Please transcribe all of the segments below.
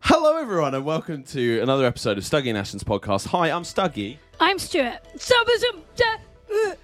Hello, everyone, and welcome to another episode of Stuggy and Ashton's podcast. Hi, I'm Stuggy. I'm Stuart. Summers of De-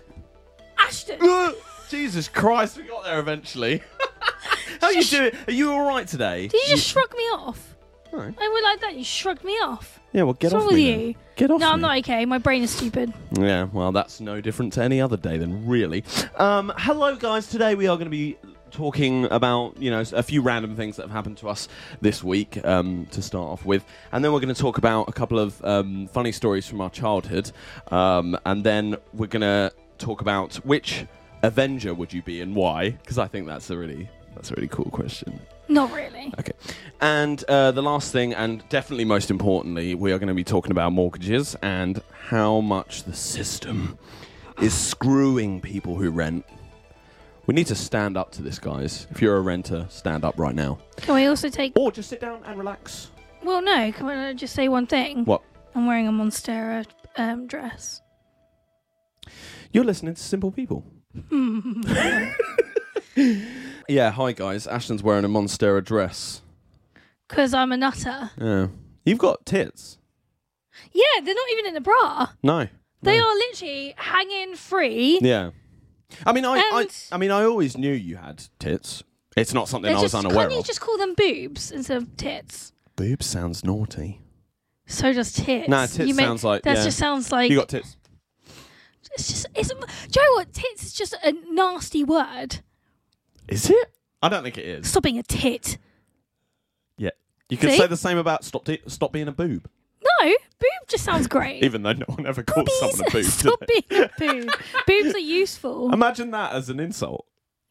Ashton. Jesus Christ, we got there eventually. How you doing? Are you all right today? Did you just shrug me off? No. I would like that. You shrugged me off. Yeah, well, get What's off wrong with me. you? then. Get off. No, I'm me. not okay. My brain is stupid. Yeah, well, that's no different to any other day then, really. Um, hello, guys. Today we are going to be talking about you know a few random things that have happened to us this week um, to start off with, and then we're going to talk about a couple of um, funny stories from our childhood, um, and then we're going to talk about which Avenger would you be and why? Because I think that's a really that's a really cool question. Not really. Okay. And uh, the last thing, and definitely most importantly, we are going to be talking about mortgages and how much the system is screwing people who rent. We need to stand up to this, guys. If you're a renter, stand up right now. Can we also take? Or just sit down and relax. Well, no. Can I just say one thing? What? I'm wearing a Monstera um, dress. You're listening to Simple People. yeah, hi, guys. Ashton's wearing a Monstera dress. Cause I'm a nutter. Yeah. You've got tits. Yeah, they're not even in a bra. No. They are literally hanging free. Yeah. I mean, I, I, And- I mean, I always knew you had tits. It's not something They're I was just, unaware can't you of. just call them boobs instead of tits? Boob sounds naughty. So does tits. Nah, tits You make- sounds like- that yeah. just sounds like You got tits. It's just, it's, do you know what? Tits is just a nasty word. Is it? I don't think it is. Stop being a tit. Yeah. You could See? say the same about stop t- stop being a boob, No, boob just sounds great. even though no one ever calls someone a boob. Um, do Stop they? being a boob. Boobs are useful. Imagine that as an insult.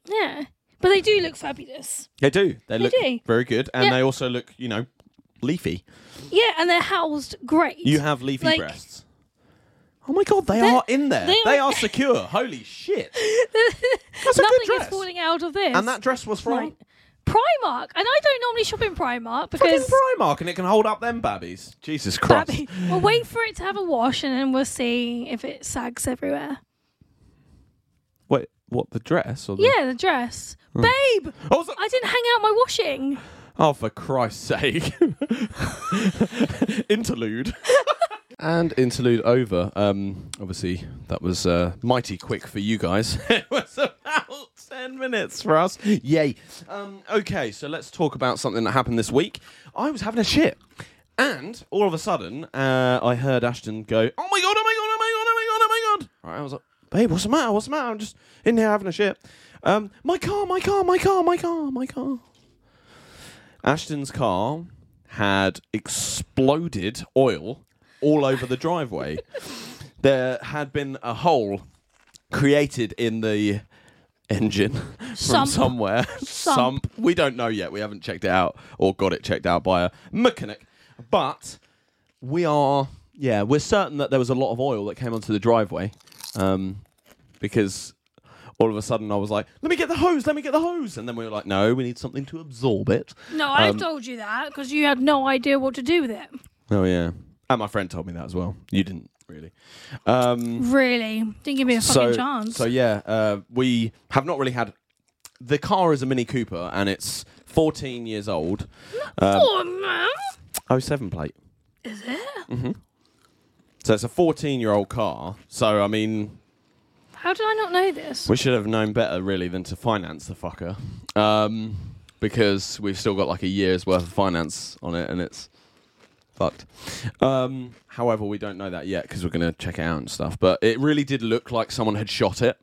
Yeah. But they do look fabulous. They do. They, look do. very good, and Yeah. they also look, you know, leafy. Yeah, and they're housed great. You have leafy Like- breasts. Oh my god, they They're- are in there. They they are, are- secure. Holy shit! That's a Nothing good is dress. falling out of this. And that dress was from Mine. Primark. And I don't normally shop in Primark fucking because. Primark and it can hold up them babbies. Jesus Christ. We'll wait for it to have a wash and then we'll see if it sags everywhere. Wait, what, the dress? Or the... Oh, Yeah, the dress. Mm. Babe! Also, I didn't hang out my washing. oh, for Christ's sake. interlude. and interlude over. Um, obviously, that was uh, mighty quick for you guys. it was about 10 minutes for us. Yay. Um, okay, so let's talk about something that happened this week. I was having a shit. And all of a sudden, uh, I heard Ashton go, "Oh my god! Oh my god! Oh my god! Oh my god! Oh my god!" Right, I was like, "Babe, what's the matter? What's the matter? I'm just in here having a shit." Um, my car, my car, my car, my car, my car. Ashton's car had exploded oil all over the driveway. there had been a hole created in the engine from Sump. somewhere. Sump. We don't know yet. We haven't checked it out or got it checked out by a mechanic. But we are, yeah, we're certain that there was a lot of oil that came onto the driveway um, because all of a sudden I was like, let me get the hose, let me get the hose. And then we were like, no, we need something to absorb it. No, I Um, told you that because you had no idea what to do with it. Oh, yeah. And my friend told me that as well. You didn't, really. Um, Really, didn't give me a fucking chance. So yeah, uh, we have not really had. The car is a Mini Cooper, and it's 14 years old. um, oh, man. 07 plate. Is it? Mm-hmm. So it's a 14 year old car. So I mean, How did I not know this? we should have known better, really, than to finance the fucker, um, because we've still got like a year's worth of finance on it, and it's fucked. Um, however, we don't know that yet because we're gonna check it out and stuff. But it really did look like someone had shot it,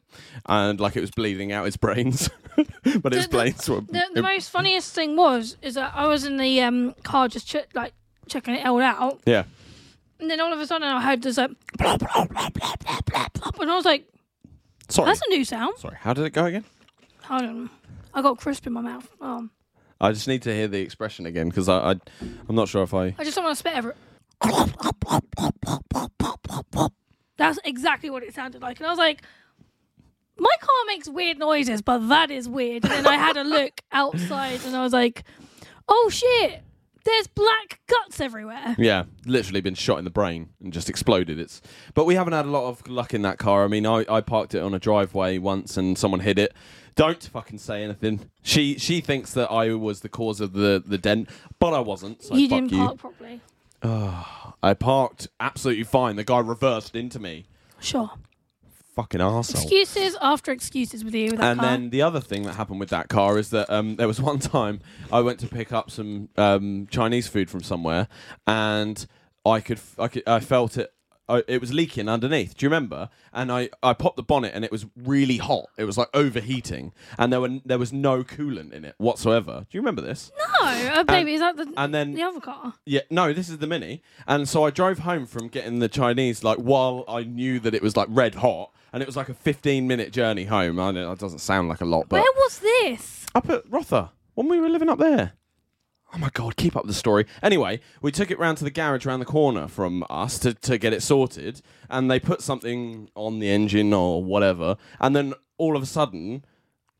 and like it was bleeding out its brains, but its The- the- brains were. The, the most funniest thing was is that I was in the um, car just che- like checking it all out, yeah. and then all of a sudden I heard this like blah blah blah blah blah blah, blah and I was like, Sorry. "That's a new sound." Sorry. How did it go again? Hold on, I got crisp in my mouth. Oh, I just need to hear the expression again because I, I, I'm not sure if I. I just don't want to spit ever. That's exactly what it sounded like, and I was like. My car makes weird noises, but that is weird. And then I had a look outside and I was like, oh shit, there's black guts everywhere. Yeah, literally been shot in the brain and just exploded. It's but we haven't had a lot of luck in that car. I mean, I, I parked it on a driveway once and someone hit it. Don't fucking say anything. She she thinks that I was the cause of the the dent, but I wasn't. So you fuck didn't you. park properly. I parked absolutely fine. The guy reversed into me. Sure. Fucking arsehole. Excuses after excuses with you. With that and car. then the other thing that happened with that car is that um, there was one time I went to pick up some um, Chinese food from somewhere, and I could, f- I, could I felt it. I, it was leaking underneath. Do you remember? And I, I popped the bonnet, and it was really hot. It was like overheating, and there were n- there was no coolant in it whatsoever. Do you remember this? no, uh, baby, is that the And then the other car? yeah, no, this is the mini. And so I drove home from getting the Chinese, like, while I knew that it was, like, red hot. And it was like a 15 minute journey home. I know that doesn't sound like a lot, but. Where was this? Up at Rotha, when we were living up there. Oh my God, keep up the story. Anyway, we took it round to the garage round the corner from us to, to get it sorted. And they put something on the engine or whatever. And then all of a sudden,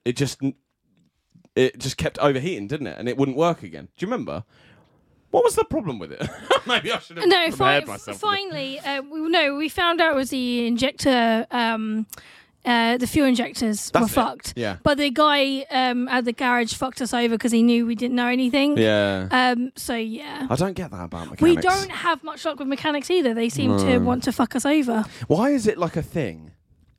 it just. It just kept overheating, didn't it? And it wouldn't work again. Do you remember? What was the problem with it? Maybe I should have No, fi- prepared myself. for this. finally, uh, we, no, we found out it was the injector. Um, uh, the fuel injectors were That's it. fucked. Yeah. But the guy um, at the garage fucked us over because he knew we didn't know anything. Yeah. Um, so yeah. I don't get that about mechanics. We don't have much luck with mechanics either. They seem to want to fuck us over. Why is it like a thing?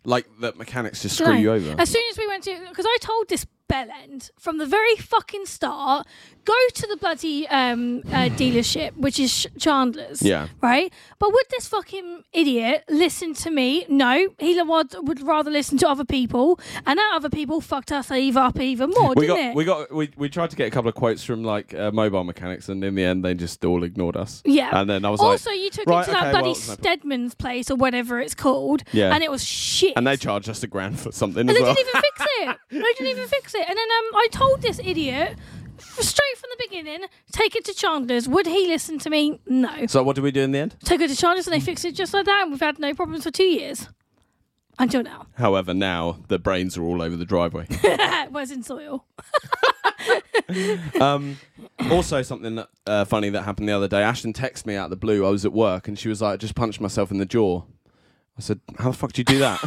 Like that mechanics just screw Dunno. you over? As soon as we went to, because I told this bellend from the very fucking start, go to the bloody um, uh, dealership, which is Sh- Chandler's. Yeah. Right. But would this fucking idiot listen to me? No, he li- would, would rather listen to other people, and that other people fucked us even up even more, we didn't got it? we got we, we tried to get a couple of quotes from like uh, mobile mechanics and in the end they just all ignored us Yeah. and then i was also, like you took "Right, it to that okay, bloody well, it's no problem." Stedman's place or whatever it's called, Yeah. and it was shit. and they charged us a grand for something And as they well didn't even fix it. They didn't even fix it. And then um, I told this idiot f- straight from the beginning, take it to Chandler's. Would he listen to me? No. so what did we do in the end Took it to Chandler's and they fixed it just like that, and we've had no problems for two years. Until now. however now the brains are all over the driveway Where's in soil? um also something that, uh, funny that happened the other day ashton texted me out of the blue i was at work and she was like i just punched myself in the jaw i said how the fuck do you do that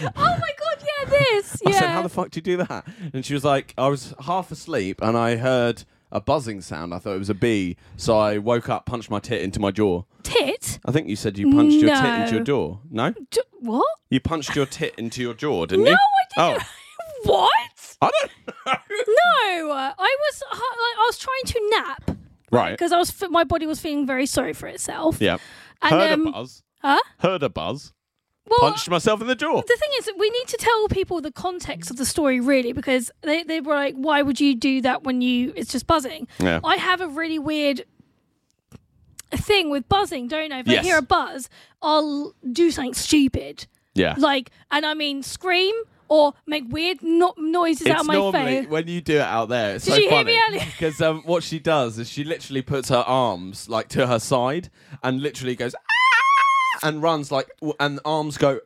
Oh my god, yeah, this. Yeah. I said, "How the fuck do you do that?" And she was like, "I was half asleep and I heard a buzzing sound. I thought it was a bee, so I woke up, punched my tit into my jaw. Tit? I think you said you punched your tit No. into your jaw. No, D- what? you punched your tit into your jaw, didn't No, you? I didn't. What? Oh, I don't know. No, I was uh, like, I was trying to nap right. because I was f- my body was feeling very sorry for itself. Yeah. And, heard a um, buzz. Huh? Heard a buzz. Well, Punched myself in the jaw. the thing is that we need to tell people the context of the story really because they, they were like why would you do that when you it's just buzzing Yeah. i have a really weird thing with buzzing don't i if Yes. i hear a buzz i'll do something stupid Yeah. like and i mean scream or make weird no- noises out It's of my normally face when you do it out there. It's Did so you hear funny me earlier? because um, what she does is she literally puts her arms like to her side and literally goes "Ah!" and runs like w- and arms go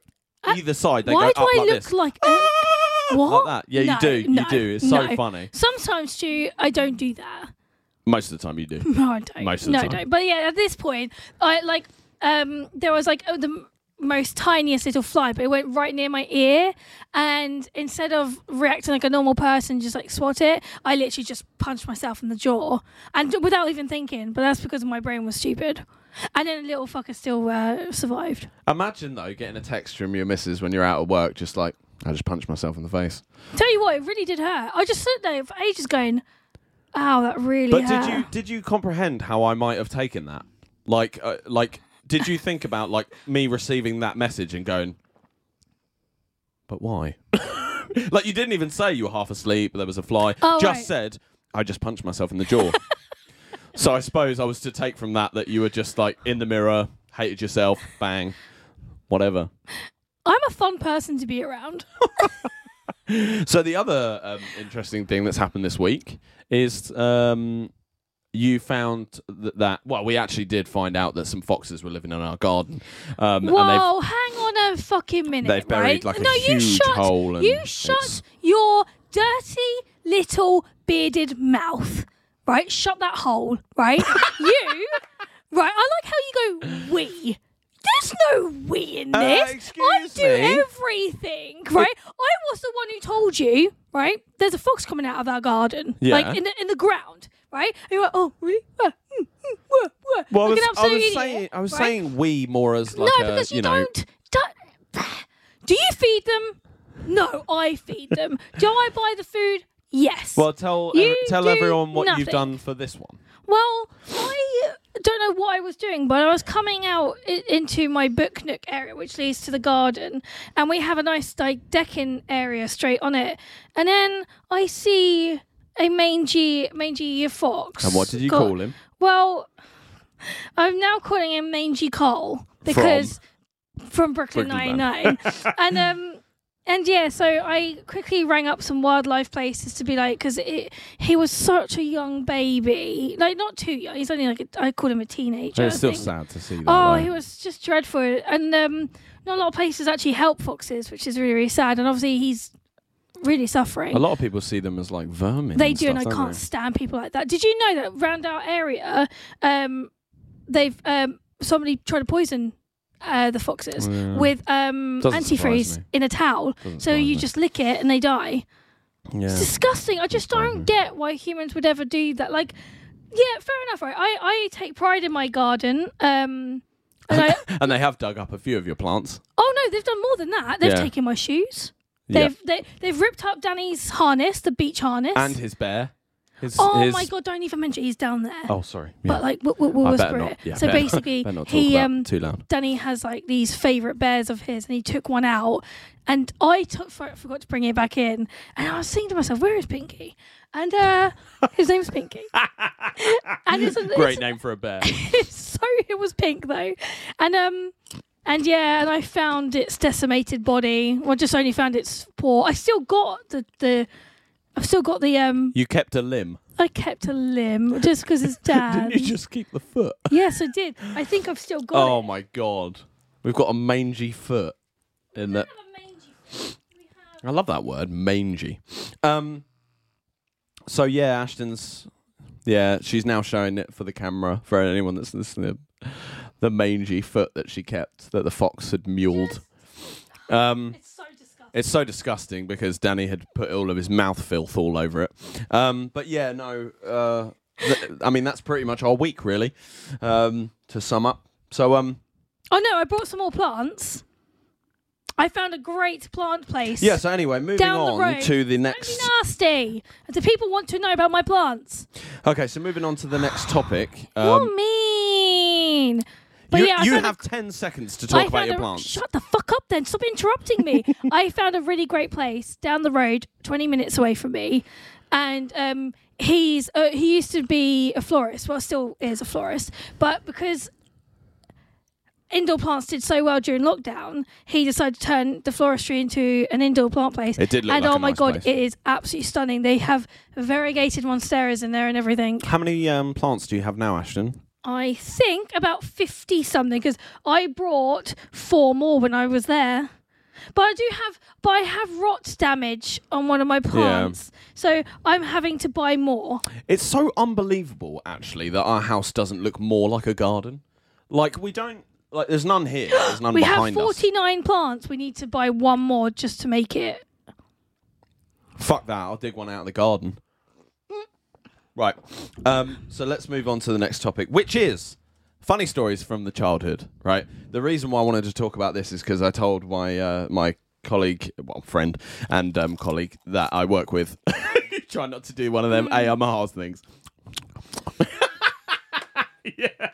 either side. They Uh, go why do up i like look this. Ah! like a- what Like that. Yeah, No, you do. no, you do. It's so no. funny. sometimes too i don't do that Most of the time, you do. No, I don't. Most of the no, time. I don't. But yeah, at this point, I like um there was like oh, the m- most tiniest little fly, but it went right near my ear. And instead of reacting like a normal person, just like swat it, I literally just punched myself in the jaw, and without even thinking. But that's because my brain was stupid. And then a little fucker still uh, survived. Imagine though getting a text from your missus when you're out of work, just like I just punched myself in the face. Tell you what, it really did hurt. I just sat there for ages going, "Ow, that really But hurt." did you did you comprehend how I might have taken that? Like uh, like did you think about like me receiving that message and going but why? like you didn't even say you were half asleep, there was a fly. Oh, just right. said I just punched myself in the jaw. so I suppose I was to take from that that you were just like in the mirror, hated yourself, bang, whatever. I'm a fun person to be around. So the other um, interesting thing that's happened this week is um, you found that, that well, we actually did find out that some foxes were living in our garden, um, and Whoa, hang on a fucking minute. they've buried right? like a no, you huge shut, hole. And you it's- shut your dirty little bearded mouth. Right? Shut that hole, right? you Right, I like how you go we. There's no we in Uh, this. I excuse do me? everything, right? I was the one who told you right? There's a fox coming out of our garden, Yeah. like in the in the ground, right? And you're like, oh, really? Ah, mm, mm, wah, wah. Well, I like was, an I absolute was idiot, saying, I was right? saying we more as like no, a, because you, know, don't, don't. Do you feed them? No, I feed them. do I buy the food? Yes. Well, tell uh, You tell do everyone what you've nothing. done for this one. Well, I don't know what I was doing, but I was coming out I- into my book nook area, which leads to the garden, and we have a nice like decking area straight on it. And then I see a mangy, mangy fox. And what did you Got- call him? Well, I'm now calling him Mangy Cole because from, Brooklyn Brooklyn Nine Nine, and um. And yeah, so I quickly rang up some wildlife places to be like, because he was such a young baby, like not too young. He's only like a, I called him a teenager. It's I still think. sad to see that. Oh, though. he was just dreadful, and um, not a lot of places actually help foxes, which is really really sad. And obviously he's really suffering. a lot of people see them as like vermin. They and do, and I stuff, don't can't they? stand people like that. Did you know that round our area, um, they've um, somebody tried to poison uh, the foxes Oh, Yeah. with um, Doesn't surprise antifreeze me. in a towel. Doesn't so surprise you me. just lick it and they die. It's Yeah. disgusting. I just surprise don't me. get why humans would ever do that. Like, yeah, fair enough, right? I, I take pride in my garden. Um, and I, And they have dug up a few of your plants. oh no, they've done more than that. They've Yeah. taken my shoes. Yeah. They've they, they've ripped up Danny's harness, the beach harness. And his bear. His, oh his- my god! Don't even mention it. he's down there. Oh, sorry. Yeah. but like we'll, we'll, we'll I whisper better not. it. Yeah, so better- basically, better not talk he about um, too loud. Danny has like these favorite bears of his, and he took one out, and I took for, forgot to bring it back in, and I was thinking to myself, where is Pinky? And uh, his name's Pinky, and it's, it's, Great name for a bear. it's so it was pink though, and um. And yeah, and I found its decimated body. Well, just only found its paw. I still got the, the I've still got the um. you kept a limb. I kept a limb just because his dad. Didn't you just keep the foot? Yes, I did. I think I've still got Oh my god. We've got a mangy foot in that. it. I love that word, mangy. Um so yeah, Ashton's yeah, she's now showing it for the camera for anyone that's listening. The mangy foot that she kept that the fox had muled. Um It's so disgusting. it's so disgusting because Danny had put all of his mouth filth all over it. Um, but yeah, no, uh, th- I mean that's pretty much our week really. Um, to sum up, so um, Oh no, I brought some more plants. I found a great plant place. yeah. So anyway, moving Down the on road. to the Don't be next. nasty. Do people want to know about my plants? Okay, so moving on to the next topic. You're mean. But Um, you yeah, I you found a- have ten seconds to talk I about found your a- plants. Shut the fuck up then. Stop interrupting me. I found a really great place down the road, 20 minutes away from me. And um, he's uh, he used to be a florist. Well, still is a florist. But because indoor plants did so well during lockdown, he decided to turn the floristry into an indoor plant place. It did look And like oh a my nice God, place. it is absolutely stunning. They have variegated monsteras in there and everything. How many um, plants do you have now, Ashton? I think about 50 something because I brought four more when I was there. But I do have but I have rot damage on one of my plants. So I'm having to buy more. It's so unbelievable, actually, that our house doesn't look more like a garden. Like we don't. Like there's none here. There's none We have behind us. 49 plants. We need to buy one more just to make it. Fuck that. I'll dig one out of the garden. Right. Um, so let's move on to the next topic, which is funny stories from the childhood. Right. The reason why I wanted to talk about this is because I told my uh, my colleague, well, friend and um, colleague that I work with. Try not to do one of them Mm. AMRs things. yeah.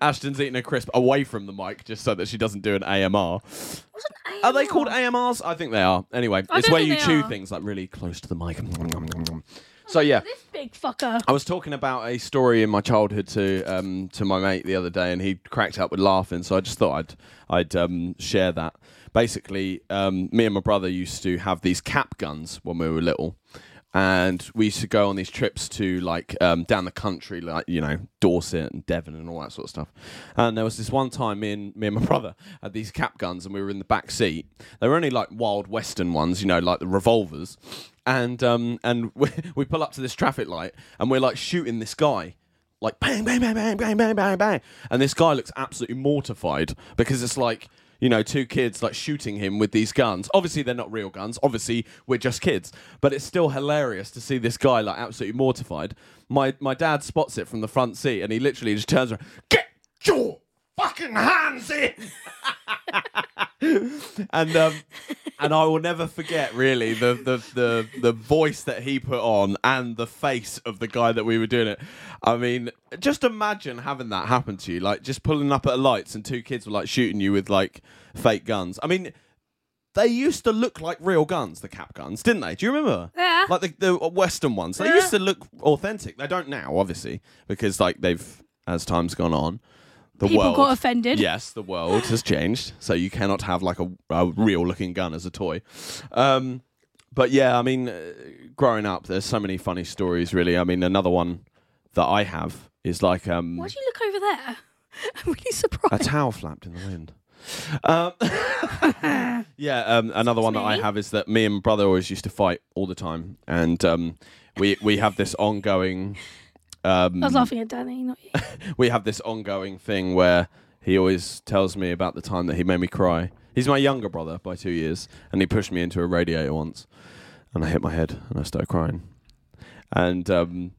Ashton's eating a crisp away from the mic just so that she doesn't do an AMR. Are they called AMRs? I think they are. Anyway, I it's don't where you think they chew are. things like really close to the mic. So yeah, This big fucker. I was talking about a story in my childhood to um, to my mate the other day, and he cracked up with laughing. So I just thought I'd I'd um, share that. Basically, um, me and my brother used to have these cap guns when we were little, and we used to go on these trips to like um, down the country, like you know Dorset and Devon and all that sort of stuff. And there was this one time me and me and my brother had these cap guns, and we were in the back seat. They were only like wild western ones, you know, like the revolvers and um and we, we pull up to this traffic light and we're like shooting this guy like bang bang bang bang bang bang bang bang and this guy looks absolutely mortified because it's like you know, two kids like shooting him with these guns. Obviously, they're not real guns. Obviously, we're just kids. But it's still hilarious to see this guy like absolutely mortified. My my dad spots it from the front seat, and he literally just turns around, get your fucking hands in. and um, and I will never forget really the, the the the voice that he put on and the face of the guy that we were doing it. I mean, just imagine having that happen to you, like just pulling up at lights and two kids were like shooting you with like fake guns. I mean, they used to look like real guns, the cap guns, didn't they? Do you remember? Yeah. Like the, the Western ones. They Yeah. used to look authentic. They don't now, obviously, because like they've as time's gone on. The People world, got offended. Yes, the world has changed, so you cannot have like a, a real looking gun as a toy. Um, but yeah, I mean, uh, growing up, there's so many funny stories. Really, I mean, another one that I have is like um, Why do you look over there? I'm really a surprised. towel flapped in the wind. Um, yeah, um, another one that I me. have is that me and my brother always used to fight all the time, and um, we we have this ongoing. Um, I was laughing at Danny, not you. we have this ongoing thing where he always tells me about the time that he made me cry. He's my younger brother by two years, and he pushed me into a radiator once, and I hit my head and I started crying. And um,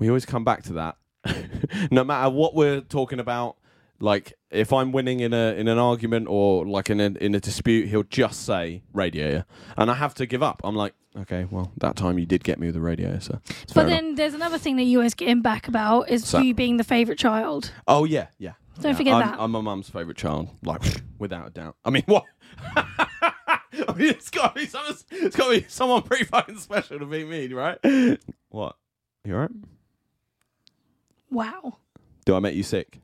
we always come back to that, no matter what we're talking about. Like if I'm winning in a in an argument or like in a, in a dispute, he'll just say radiator, and I have to give up. I'm like, okay, well that time you did get me with a radiator, so. it's fair But enough." then there's another thing that you always get him back about is So- you being the favourite child. Oh yeah, yeah. Don't Yeah, forget I'm, that. I'm my mum's favourite child, like without a doubt. I mean, what? I mean, it's got to be someone. It's got to be someone pretty fucking special to be me, right? What? You alright? Wow. Do I make you sick? Do-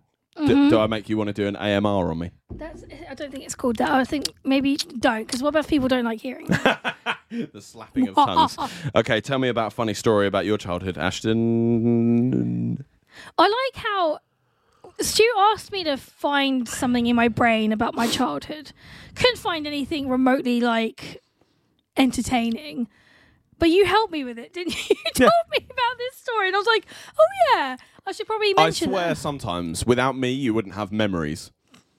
Mm-hmm. Do, I make you want to do an AMR on me? That's. I don't think it's called that. I think maybe don't, because what about if people don't like hearing? that? The slapping of tongues. okay, tell me about a funny story about your childhood, Ashton. I like how Stu asked me to find something in my brain about my childhood. Couldn't find anything remotely like entertaining. But you helped me with it, didn't you? You told me about this story, and I was like, "Oh yeah, I should probably I mention." swear, that." sometimes without me, you wouldn't have memories.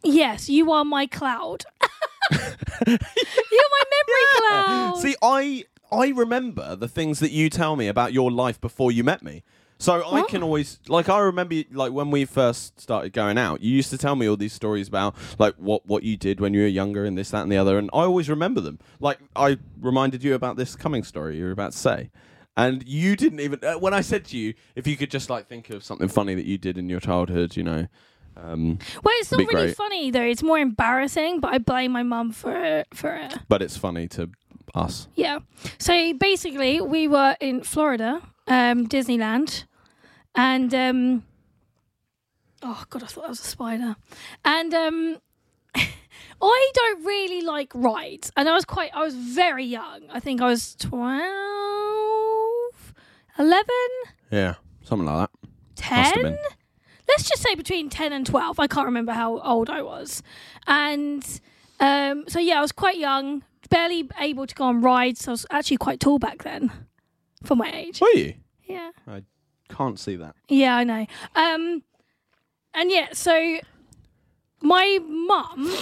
Yes, you are my cloud. You're my memory cloud. See, I I remember the things that you tell me about your life before you met me. So I can always like I remember like when we first started going out, you used to tell me all these stories about like what what you did when you were younger and this that and the other, and I always remember them. Like I reminded you about this coming story you were about to say. And you didn't even uh, when I said to you if you could just like think of something funny that you did in your childhood, you know. Um, well, it's not be really great. funny though. It's more embarrassing, but I blame my mum for it, for it. but it's funny to us. Yeah. So basically, we were in Florida, um, Disneyland, and um, oh god, I thought that was a spider. And um, I don't really like rides, and I was quite, I was very young. I think I was 12, 11, Yeah, something like that. Must have 10 been. let's just say between 10 and 12 i can't remember how old i was and um, so yeah i was quite young barely able to go on rides i was actually quite tall back then for my age Were you? yeah I can't see that. yeah i know um, and yeah so my mum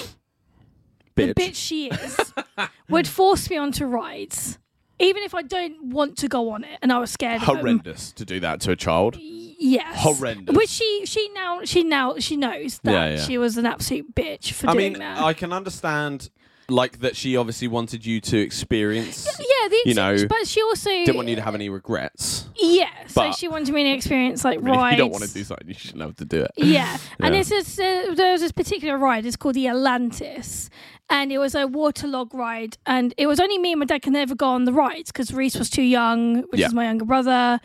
the bitch she is would force me onto rides even if i don't want to go on it and i was scared of them. horrendous to do that to a child. Yes. Horrendous. Which she she now she now she knows that Yeah, yeah. she was an absolute bitch for I doing mean, that. I can understand like that she obviously wanted you to experience yeah, the you know, but she also didn't want you to have any regrets. yeah. So but- she wanted me to experience like I mean, if rides. you don't want to do something, you shouldn't have to do it. Yeah, and Yeah. it's this uh, there was this particular ride. It's called the Atlantis, and it was a waterlog ride. And it was only me and my dad could never go on the rides because Reese was too young, which Yeah. is my younger brother,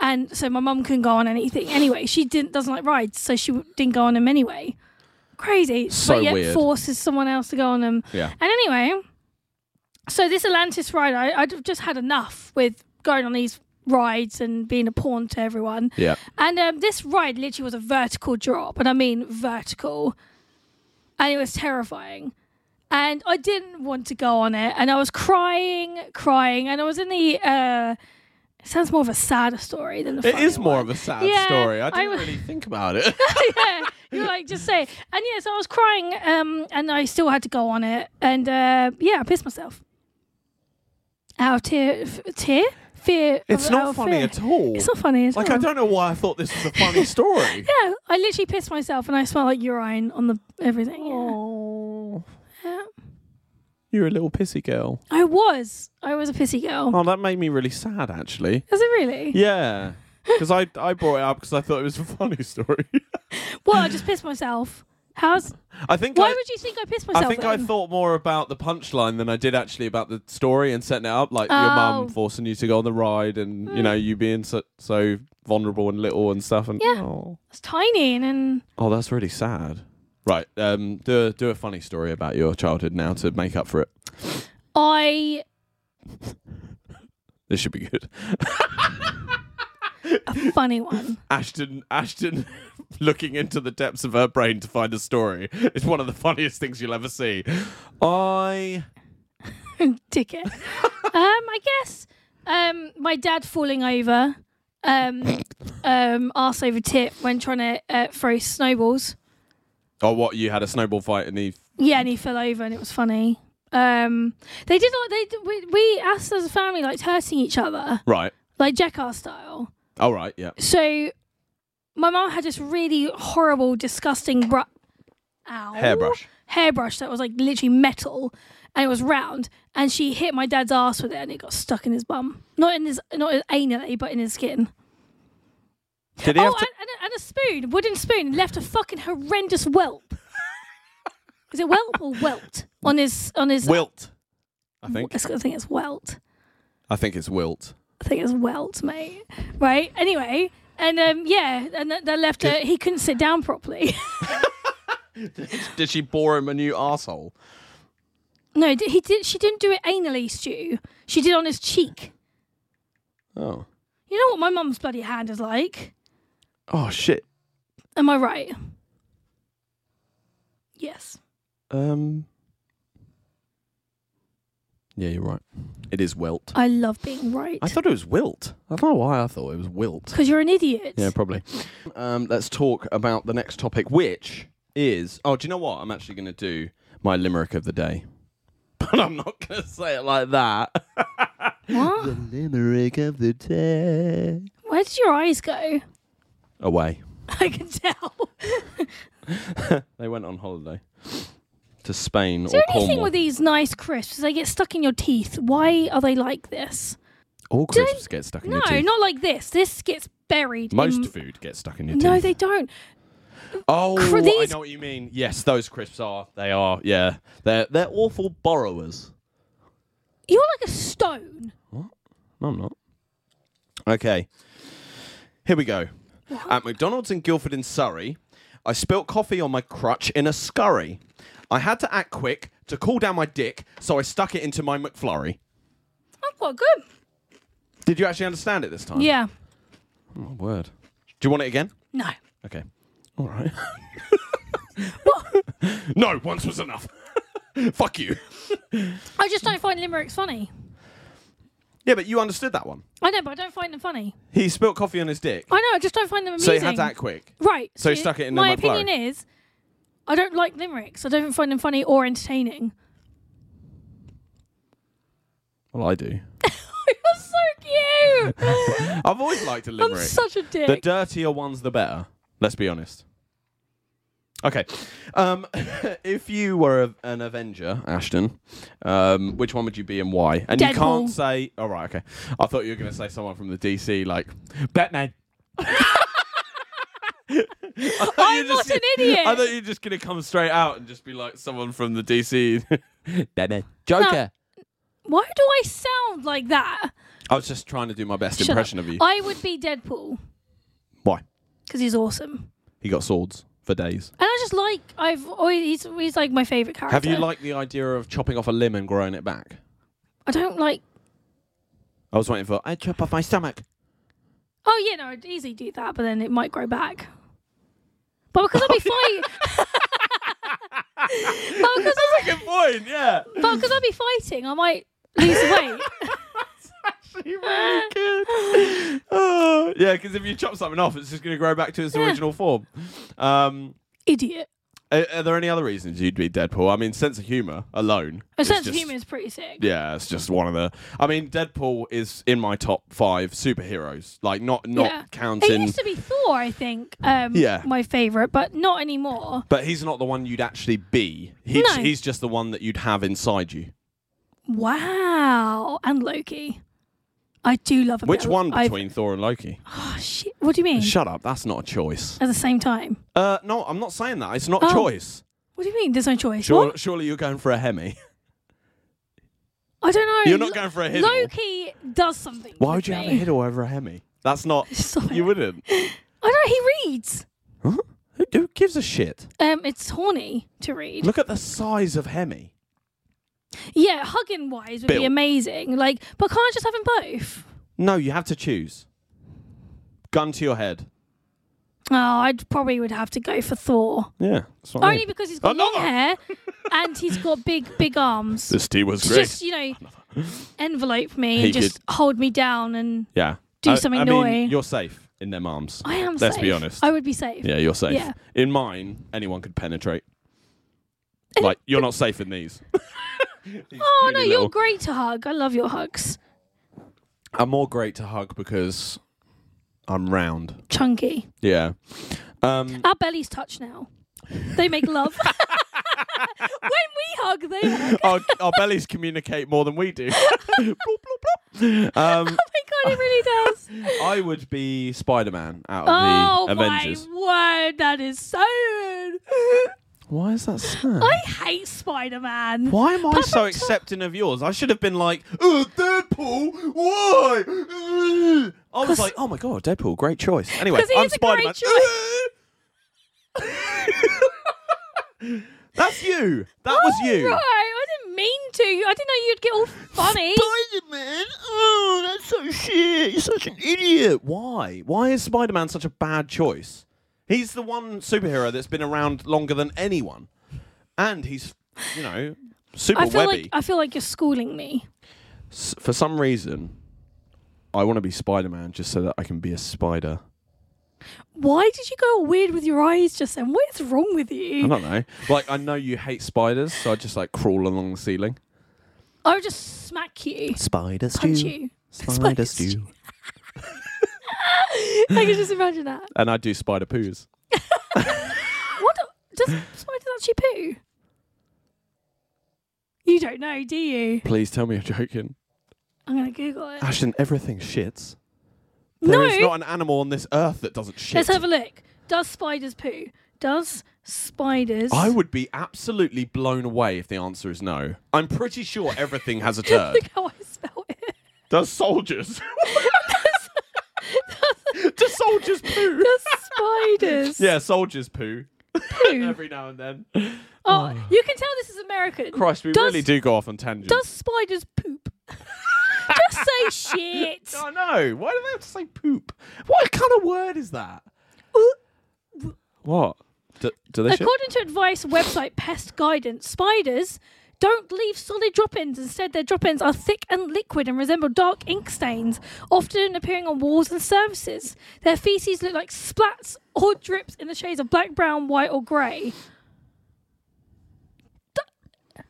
and so my mum couldn't go on anything. Anyway, she didn't doesn't like rides, so she w- didn't go on them anyway. Crazy, So but yet weird. forces someone else to go on them. Yeah. And anyway, so this Atlantis ride, I, I'd just had enough with going on these rides and being a pawn to everyone. Yeah. And um, this ride literally was a vertical drop, and I mean vertical. And it was terrifying. And I didn't want to go on it, and I was crying, crying, and I was in the uh, It sounds more of a sadder story than the. It funny is more of one. a sad Yeah, story. I I didn't w- really think about it. yeah, you're like just say, and yeah, so I was crying, um, and I still had to go on it, and uh, yeah, I pissed myself out of tear, f- tear, fear. it's of, out not of funny fear. at all. Oh, It's not funny at like all. I don't know why I thought this was a funny story. Yeah, I literally pissed myself, and I smelled like urine on the everything. Yeah. Oh, Yeah. you're a little pissy girl. I was, I was a pissy girl. Oh, that made me really sad actually. Is it really? Yeah, because I I brought it up because I thought it was a funny story. Well, I just pissed myself. How's? I think Why I, would you think I pissed myself? I think I then? thought more about the punchline than I did actually about the story and setting it up, like your Oh. Hmm. mum forcing you to go on the ride, and you know you being so, so vulnerable and little and stuff. And Yeah. oh, it's tiny, and, then Oh, that's really sad. Right, um, do a, do a funny story about your childhood now to make up for it. I This should be good. a funny one. Ashton Ashton looking into the depths of her brain to find a story. It's one of the funniest things you'll ever see. I ticket. um, I guess um, my dad falling over, um, um, arse over tip when trying to uh, throw snowballs. oh what you had a snowball fight and he Yeah, and he fell over, and it was funny. Um, they did like they did- we, we us as a family liked hurting each other right. like Jackass style. All right, yeah. So my mum had this really horrible, disgusting bru- Ow. Hairbrush. hairbrush that was like literally metal and it was round and she hit my dad's ass with it and it got stuck in his bum not in his not his anally but in his skin Did he oh have and, to? and, a, and a spoon wooden spoon left a fucking horrendous whelp is it whelp or welt on his on his Wilt. I think. It's- I think it's welt I think it's Wilt. I think it's welt mate right anyway and um yeah and that, that left a, he couldn't sit down properly Did she bore him a new asshole? no d- he did she didn't do it anally Stu she did on his cheek Oh. you know what my mum's bloody hand is like Oh shit. Am I right? Yes. Um Yeah, you're right. It is Wilt. I love being right. I thought it was wilt. I don't know why I thought it was wilt. Because you're an idiot. Yeah, probably. Um, let's talk about the next topic, which is oh, do you know what? I'm actually going to do my limerick of the day, but I'm not going to say it like that. What? Limerick of the day. Where did your eyes go? Away. I can tell. Is They went on holiday to Spain or there anything Cornwall. with these nice crisps? They get stuck in your teeth. Why are they like this? All crisps get stuck in No, your teeth. not like this. This gets buried. Most in... food gets stuck in your No, teeth. they don't. Oh, Cr- these- I know what you mean. Yes, those crisps are. They are. Yeah, they're they're awful borrowers. You're like a stone. No, I'm not. Okay. Here we go. At McDonald's in Guildford in Surrey, I spilt coffee on my crutch in a scurry. I had to act quick to cool down my dick, so I stuck it into my McFlurry. Oh, quite good. Did you actually understand it this time? Yeah. Oh, my word. Do you want it again? No. Okay. All right. no, once was enough. Fuck you. I just don't find limericks funny. Yeah, but you understood that one. I know, but I don't find them funny. He spilt coffee on his dick, I know, I just don't find them amusing. so he had to act quick. Right. So he stuck it in the My McFlurry. opinion is, I don't like limericks. I don't find them funny or entertaining. Well, I do. You're Oh, so cute. I've always liked a I'm limerick. such a The dick. dirtier one's the better. Let's be honest. Okay. Um, if you were a, an Avenger, Ashton, um, which one would you be and why? And you Deadpool. can't say. All right. Okay. I thought you were going to say someone from the DC, like Batman. I thought I'm you were just- not an idiot. I thought you were just going to come straight out and just be like someone from the DC. Batman. Joker. Why do I sound like that? I was just trying to do my best Shut impression up. of you. I would be Deadpool why? because he's awesome, He got swords for days. and I just like I've always he's, he's like my favorite character. Have you liked the idea of chopping off a limb and growing it back? I don't like. I was waiting for I chop off my stomach. Oh yeah, no, I'd easily do that, but then it might grow back. But because I'll be Oh, fighting. but because Good point, yeah. I'll be fighting, I might lose weight. actually really good. Oh, yeah, because if you chop something off, it's just going to grow back to its Yeah. original form. Um, Idiot. are, are there any other reasons you'd be Deadpool? I mean, sense of humor alone. A is sense of just- humour is pretty sick. Yeah, it's just one of the. I mean, Deadpool is in my top five superheroes. Like, not not Yeah. It counting. used to be Thor, I think. Um, Yeah. My favourite, but not anymore. But he's not the one you'd actually be. He's No. he's just the one that you'd have inside you. Wow. And Loki. I do love a bit Which of- one I've- between Thor and Loki? Oh, shit. What do you mean? Shut up, that's not a choice. At the same time. Uh, no, I'm not saying that. It's not Oh. a choice. What do you mean? There's no choice. Sure, What? surely you're going for a Hemi. I don't know. You're not Lo- going for a Hiddle. Loki does something. Why with would you have a me. Hiddle over a Hemi? That's not. Stop You it. wouldn't. I don't. He reads. Huh? Who, who gives a shit? Um, it's horny to read. Look at the size of Hemi. Yeah, hugging wise would Bill. be amazing. Like, but can't I just have them both? No, you have to choose. Gun to your head. Oh, I probably would have to go for Thor. Yeah, that's what Only because he's got long Another. hair and he's got big, big arms. This tea was To just you know, envelope me He and just hold me down, and yeah. do I- something I mean, naughty. You're safe in them arms. I am. Let's safe. be honest. I would be safe. Yeah, you're safe. Yeah. In mine, anyone could penetrate. like you're not safe in these. Oh no, puny you're little- great to hug. I love your hugs. I'm more great to hug because I'm round. Chunky. Yeah. Um, Our bellies touch now. They make love. when we hug, they Oh hug. our, our bellies communicate more than we do. Bloop, bloop, bloop. Um, Oh my god, it really does. I would be Spider-Man out of Oh the Avengers. my word, that is so rude. Why is that sad? I hate Spider Man. Why am I Papa so Tom- accepting of yours? I should have been like, oh, Deadpool, why? Ugh." I was 'Cause- like, oh my god, Deadpool, great choice. Anyway, 'Cause he I'm is a Spider Man. great choice. That's you. That was you. Right, I didn't mean to. I didn't know you'd get all funny. Spider Man? Oh, that's so shit. You're such an idiot. Why? Why is Spider Man such a bad choice? He's the one superhero that's been around longer than anyone. And he's, you know, super I feel webby. like I feel like you're schooling me. S- for some reason, I want to be Spider Man just so that I can be a spider. Why did you go all weird with your eyes just then? What is wrong with I you? don't know. Like, I know you hate spiders, so I just like crawl along the ceiling. I would just smack you, Spider punch you. Spider stew. I can just imagine that. And I do spider poos. What the- does spiders actually poo? You don't know, do you? Please tell me you're joking. I'm gonna Google it. Ashton, everything shits. no, There is not an animal on this earth that doesn't shit. let's have a look. Does spiders poo? Does spiders? I would be absolutely blown away if the answer is no. I'm pretty sure everything has a turd. look how I spell it. Does soldiers? Do soldiers poo? Does spiders Yeah, soldiers poo poo? every now and then. Oh, you can tell this is American. Christ, we Does- really do go off on tangents. Does spiders poop? Just say shit. I know. Oh, Why do they have to say poop? What kind of word is that? What? Do, do they shit? According to advice website Pest Guidance, spiders don't leave solid drop-ins. Instead, their drop-ins are thick and liquid and resemble dark ink stains, often appearing on walls and surfaces. Their feces look like splats or drips in the shades of black, brown, white, or grey. Do-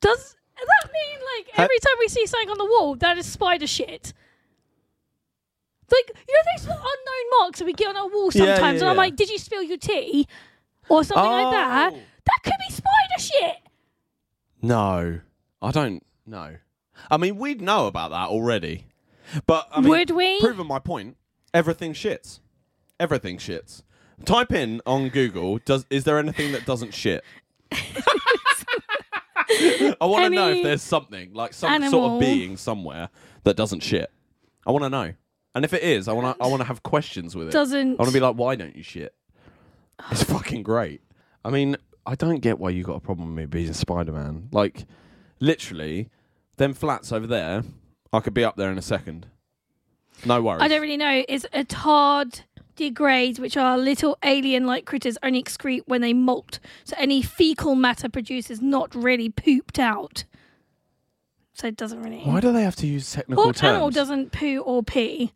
Does that mean like Ha- every time we see something on the wall, that is spider shit? Like you know those little unknown marks that we get on our wall Yeah, sometimes, and yeah, I'm yeah. like, "Did you spill your tea?" or something like that. Oh. That could be spider shit. No, I don't know. I mean, we'd know about that already, but I mean, Would we? Proving my point, everything shits. Everything shits. Type in on Google: Does is there anything that doesn't shit? I want to know Any if there's something like some sort animal. of being somewhere that doesn't shit. I want to know, and if it is, I want to. I want to have questions with it. Doesn't. I want to be like, why don't you shit? It's fucking great. I mean, I don't get why you got a problem with me being Spider Man. Like, literally, them flats over there, I could be up there in a second. No worries. I don't really know. Is a tard degrades, which are little alien-like critters, only excrete when they molt. So any fecal matter produced is not really pooped out. so it doesn't really. Why do they have to use technical What terms? animal doesn't poo or pee?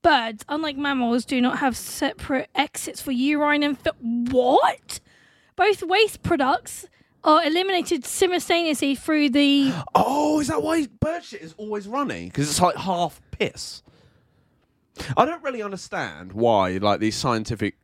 Birds, unlike mammals, do not have separate exits for urine and fi- what? Both waste products are eliminated simultaneously through the. Oh, is that why bird shit is always runny? Because it's like half piss. I don't really understand why like these scientific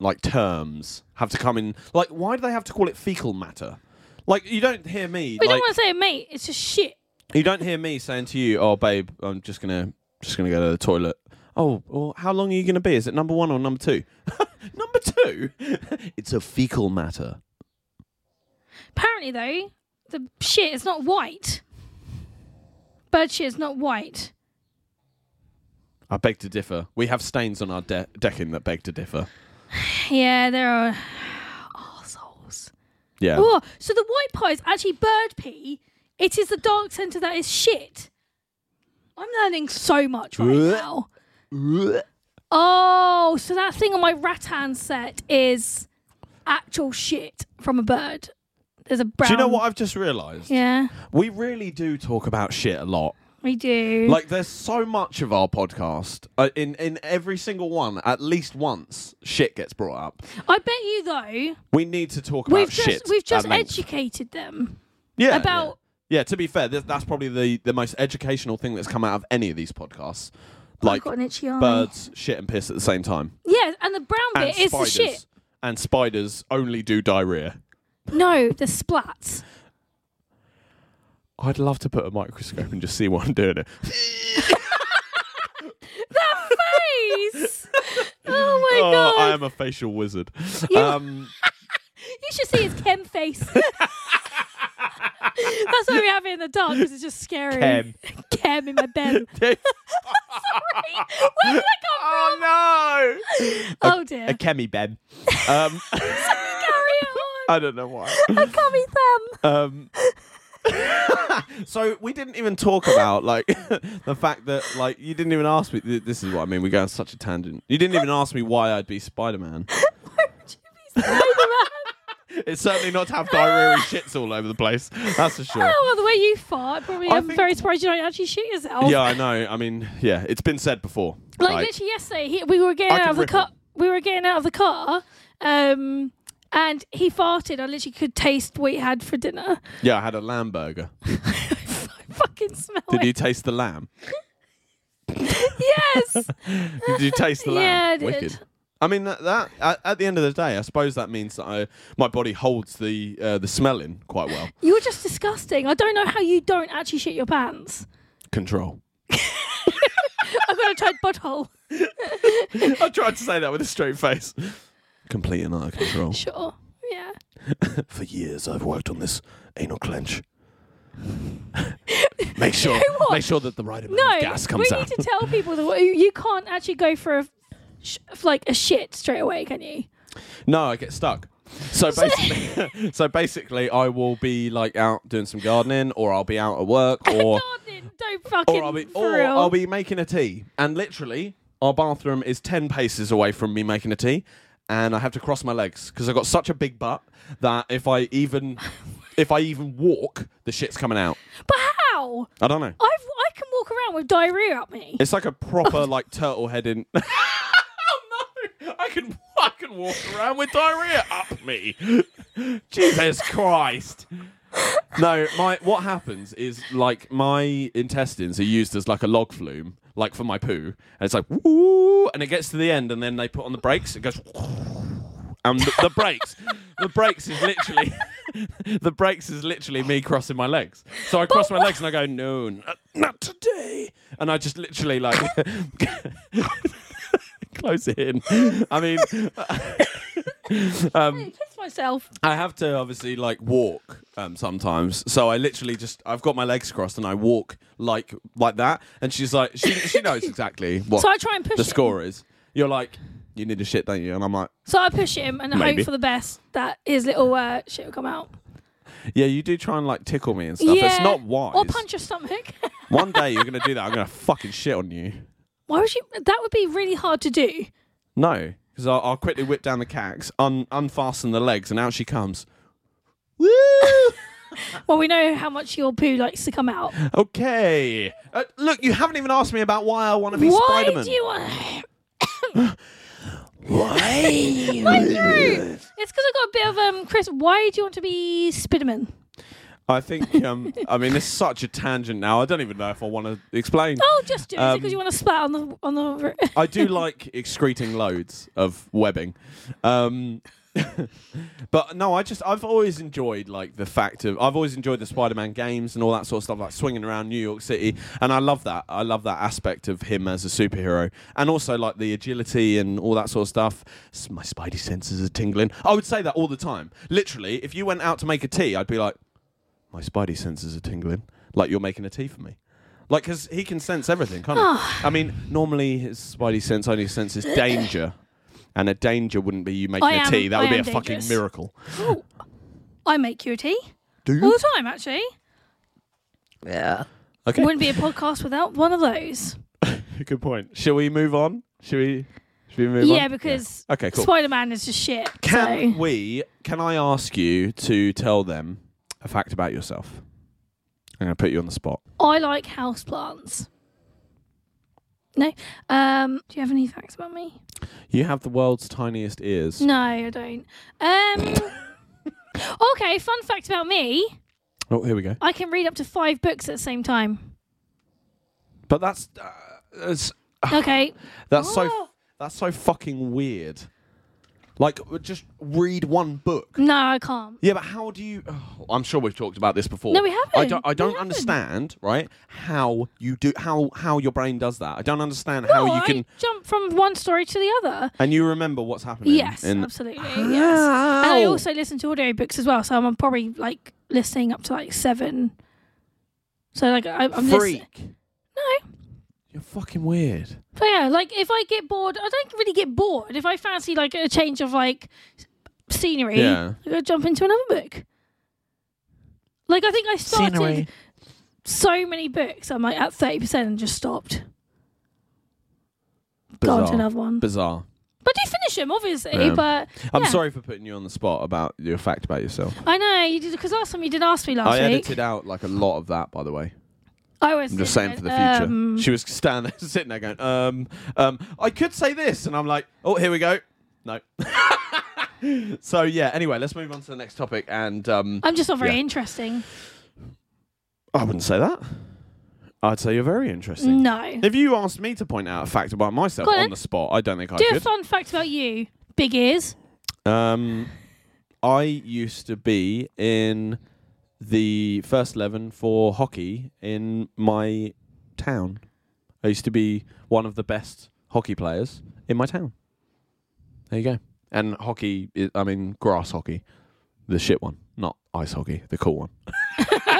like terms have to come in. Like, why do they have to call it fecal matter? Like, you don't hear me. We like, don't want to say, it, mate. It's just shit. You don't hear me saying to you, "Oh, babe, I'm just gonna just gonna go to the toilet." Oh, well, how long are you gonna be? Is it number one or number two? number two. it's a fecal matter. Apparently, though, the shit is not white. Bird shit is not white. I beg to differ. We have stains on our de- decking that beg to differ. Yeah, there are assholes. Yeah. Oh, so the white pie is actually bird pee. It is the dark centre that is shit. I'm learning so much right Blech. now. Oh, so that thing on my rattan set is actual shit from a bird. There's a brown. Do you know what I've just realised? Yeah, We really do talk about shit a lot. we do. Like, there's so much of our podcast. Uh, in in every single one, at least once, shit gets brought up. I bet you though, We need to talk about we've just Oh, shit. we've just at length. educated them yeah, about yeah. Yeah, To be fair, th- that's probably the the most educational thing that's come out of any of these podcasts. Like I've got an itchy eye. birds, shit, and piss at the same time, Yeah, and the brown and bit is the spiders. shit. And spiders only do diarrhea. No, the splats. I'd love to put a microscope and just see what I'm doing. It. That face. oh my oh, god. I am a facial wizard. You- Um, You should see his chem face. That's why we have it in the dark because it's just scary. Chem. Chem in my bed. Sorry. Where did that come from? oh no! Oh dear. A chemi ben. Um, Carry I don't know why. it on. A cummy thumb. Um, so we didn't even talk about like the fact that like you didn't even ask me. th- This is what I mean. We go on such a tangent. You didn't even ask me why I'd be Spider Man. Spider-Man. It's certainly not to have diarrhea and shits all over the place. That's for sure. Oh, well, the way you fart, probably. I I'm think- very surprised you don't actually shoot yourself. Yeah, I know. I mean, yeah, it's been said before. Oh. Like Like, literally yesterday, he, we were getting I out could of the rip car. We were getting out of the car, um, and he farted. I literally could taste what he had for dinner. yeah, I had a lamb burger. I fucking smell Did it. you taste the lamb? yes. Did you taste the lamb? Yeah, I did. Wicked. I mean that, that at, at the end of the day, I suppose that means that I, my body holds the uh, the smell in quite well. You're just disgusting. I don't know how you don't actually shit your pants. Control. I've got a tight butthole. I tried to say that with a straight face. Complete and utter control. Sure. Yeah. For years, I've worked on this anal clench. make sure, what? make sure that the right amount No, of gas we comes need out. to tell people that you- you can't actually go for a, sh- for like a shit straight away, can you? No, I get stuck. So basically, so basically, I will be like out doing some gardening, or I'll be out at work, or Gardening, don't fucking. or I'll be for or real. I'll be making a tea, and literally, our bathroom is ten paces away from me making a tea, and I have to cross my legs because I've got such a big butt that if I even if I even walk, the shit's coming out. But how? I don't know. I've I can walk around with diarrhea up me. It's like a proper like turtle head in. oh no! I can I can walk around with diarrhea up me. Jesus Christ! No, my what happens is like my intestines are used as like a log flume, like for my poo, and it's like woo, and it gets to the end, and then they put on the brakes. It goes, and the, the brakes, the brakes is literally. The brakes is literally me crossing my legs. So I cross my legs and I go, no, not, not today. And I just literally like close it in. I mean, Um, I kiss myself. I have to obviously like walk um, sometimes, so I literally just I've got my legs crossed and I walk like like that, and she's like she she knows exactly what So I try and push the it. score is. You're like you need a shit, don't you? And I'm like, So I push him and Maybe. hope for the best that his little uh, shit will come out. yeah, you do try and like tickle me and stuff. It's not wise. Or punch your stomach. One day you're gonna do that. I'm gonna fucking shit on you. Why would you? That would be really hard to do. No, because I'll, I'll quickly whip down the cacks, un- unfasten the legs, and out she comes. Woo! well, we know how much your poo likes to come out. Okay. Uh, look, you haven't even asked me about why I want to be Why Spider-Man. do you want? I Why? know. It's because I got a bit of um, Chris. Why do you want to be Spiderman? I think. Um, I mean, it's such a tangent now. I don't even know if I want to explain. Oh, just do it. Um, because you want to splat on the on the. I do like excreting loads of webbing. Um, but no, I just I've always enjoyed like the fact of I've always enjoyed the Spider-Man games and all that sort of stuff, like swinging around New York City, and I love that. I love that aspect of him as a superhero, and also like the agility and all that sort of stuff. S- My Spidey senses are tingling. I would say that all the time. Literally, if you went out to make a tea, I'd be like, my Spidey senses are tingling, like you're making a tea for me. Like, because he can sense everything, can't Ah. he? I mean, normally his Spidey sense only senses danger. And a danger wouldn't be you making I a am- tea. That I would be a am fucking dangerous. miracle. Oh, I make you a tea Do all the time, actually. Okay. Wouldn't be a podcast without one of those. Good point. Shall we move on? Shall we? Should we move on? yeah, because Okay, cool. Spider Man is just shit. Can so. we? Can I ask you to tell them a fact about yourself? I'm going to put you on the spot. I like houseplants. No. Um, do you have any facts about me? You have the world's tiniest ears. No, I don't. Um, okay, fun fact about me Oh, here we go. I can read up to five books at the same time. But that's uh, that's, Okay. that's so Oh. that's so fucking weird. Like, uh, just read one book. No, I can't. Yeah, but how do you? oh, I'm sure we've talked about this before. No, we I haven't. don't. I We don't haven't. understand, right? How you do? How how your brain does that? I don't understand No, how you I can. jump from one story to the other. And you remember what's happening? Yes, in- absolutely. Yes. And I Ow. also listen to audiobooks as well, so I'm probably like listening up to like seven. So like I, I'm listening. freak. No. You're fucking weird. But yeah, like if I get bored, I don't really get bored. If I fancy like a change of like s- scenery, Yeah. I go jump into another book. Like I think I started so many books. I'm like at thirty percent and just stopped. Bizarre. Got another one, Bizarre. but I do finish them obviously. Yeah. But I'm Yeah. sorry for putting you on the spot about your fact about yourself. I know you did because last time you did ask me last Oh, I week. edited out like a lot of that, by the way. I was I'm just saying for the future. um, she was standing there, sitting there going, um, um, I could say this. And I'm like, oh, here we go. No. so, yeah, anyway, let's move on to the next topic. And um, I'm just not very Yeah. interesting. I wouldn't say that. I'd say you're very interesting. No. If you asked me to point out a fact about myself Mm. Go on on then. the spot, I don't think I Do a could. fun fact about you. Big ears. Um, I used to be in the first eleven for hockey in my town. I used to be one of the best hockey players in my town. There you go. And hockey, i- I mean grass hockey, the shit one, not ice hockey, the cool one.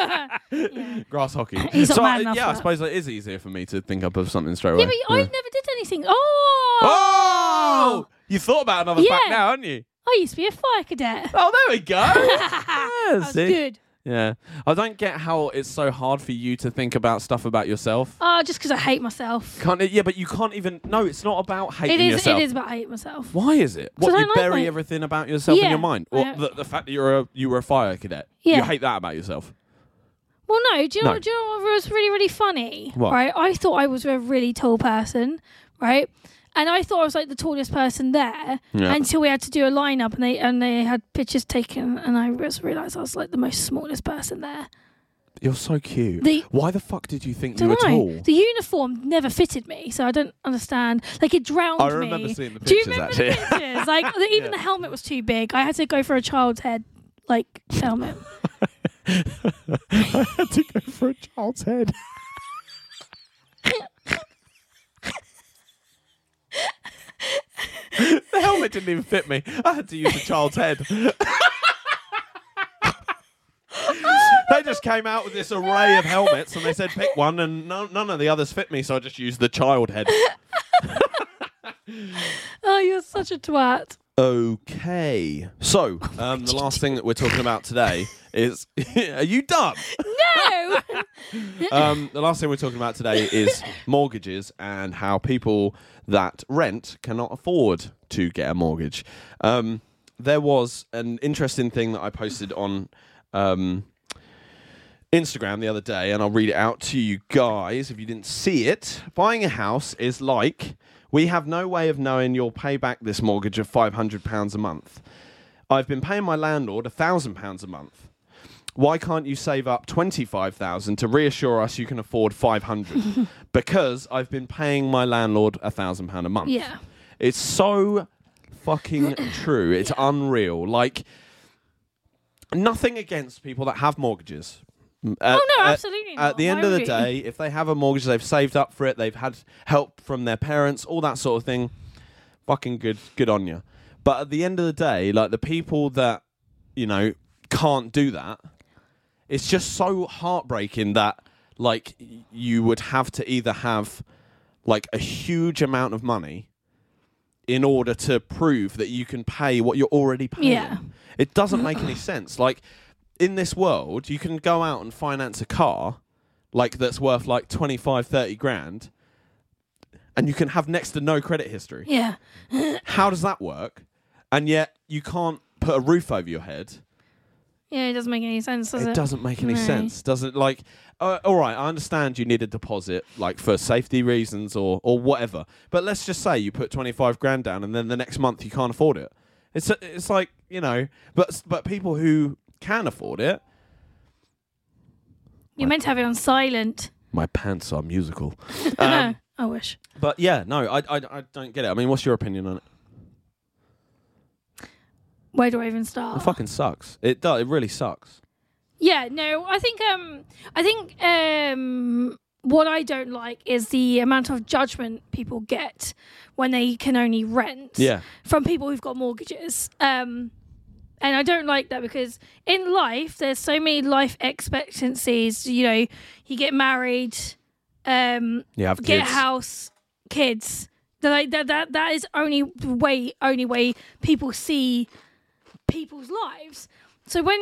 Yeah. Grass hockey. He's not so man I- enough yeah, for I that. suppose it is easier for me to think up of something straight Yeah, away. but I never did anything. Oh! Oh! You thought about another fact Yeah. now, haven't you? I used to be a fire cadet. Oh, there we go. that was see? good. Yeah. I don't get how it's so hard for you to think about stuff about yourself. Oh, just because I hate myself. Can't it, yeah, but you can't even No, it's not about hating It is. yourself. It is about I hate myself. Why is it? What you I don't like bury my- everything about yourself in Yeah. your mind. Or Yeah. the, the fact that you're a you were a fire cadet. You Yeah. hate that about yourself. Well, no. Do you know? No. Do you know what was really, really funny? What? Right. I thought I was a really tall person. Right. And I thought I was like the tallest person there Yeah. until we had to do a lineup and they and they had pictures taken and I just realised I was like the most smallest person there. You're so cute. The- Why the fuck did you think you Don't were know. tall? The uniform never fitted me, so I don't understand. Like it drowned I remember me. seeing the Do you pictures remember actually. the pictures? Like the- even Yeah. the helmet was too big. I had to go for a child's head like helmet. I had to go for a child's head. the helmet didn't even fit me. I had to use a child's head. they just came out with this array of helmets and they said pick one, and no, none of the others fit me, so I just used the child head. oh, you're such a twat. Okay. So, um, the last thing that we're talking about today is are you dumb? No. um, the last thing we're talking about today is mortgages and how people that rent cannot afford to get a mortgage. Um, there was an interesting thing that I posted on um, Instagram the other day, and I'll read it out to you guys if you didn't see it. Buying a house is like we have no way of knowing you'll pay back this mortgage of £500 a month. I've been paying my landlord £1,000 a month. Why can't you save up 25,000 to reassure us you can afford 500? because I've been paying my landlord £1,000 a month. Yeah. It's so fucking true. It's unreal. Like nothing against people that have mortgages. M- uh, at- Oh, no, at- absolutely At not. the Why end of would the you? day, if they have a mortgage, they've saved up for it, they've had help from their parents, all that sort of thing. Fucking good, good on you. But at the end of the day, like the people that you know can't do that, it's just so heartbreaking that like y- you would have to either have like a huge amount of money in order to prove that you can pay what you're already paying. Yeah. It doesn't make any sense. Like in this world, you can go out and finance a car like that's worth like 25 30 grand and you can have next to no credit history. Yeah. How does that work? And yet you can't put a roof over your head. Yeah, it doesn't make any sense, does it? it doesn't make any No. sense. Doesn't like uh, all right, I understand you need a deposit like for safety reasons or or whatever. But let's just say you put 25 grand down and then the next month you can't afford it. It's it's like, you know, but but people who can afford it, You're meant to have it on silent. my pants are musical. Um, I wish. But yeah, no, I, I, I don't get it. I mean, what's your opinion on it? Where do I even start? It fucking sucks. It does. It really sucks. Yeah, no, I think um I think um what I don't like is the amount of judgment people get when they can only rent from people who've got mortgages. Um and I don't like that because in life there's so many life expectancies, you know, you get married, um You have get kids. a house, kids. That like that that that is only way only way people see people's lives. So when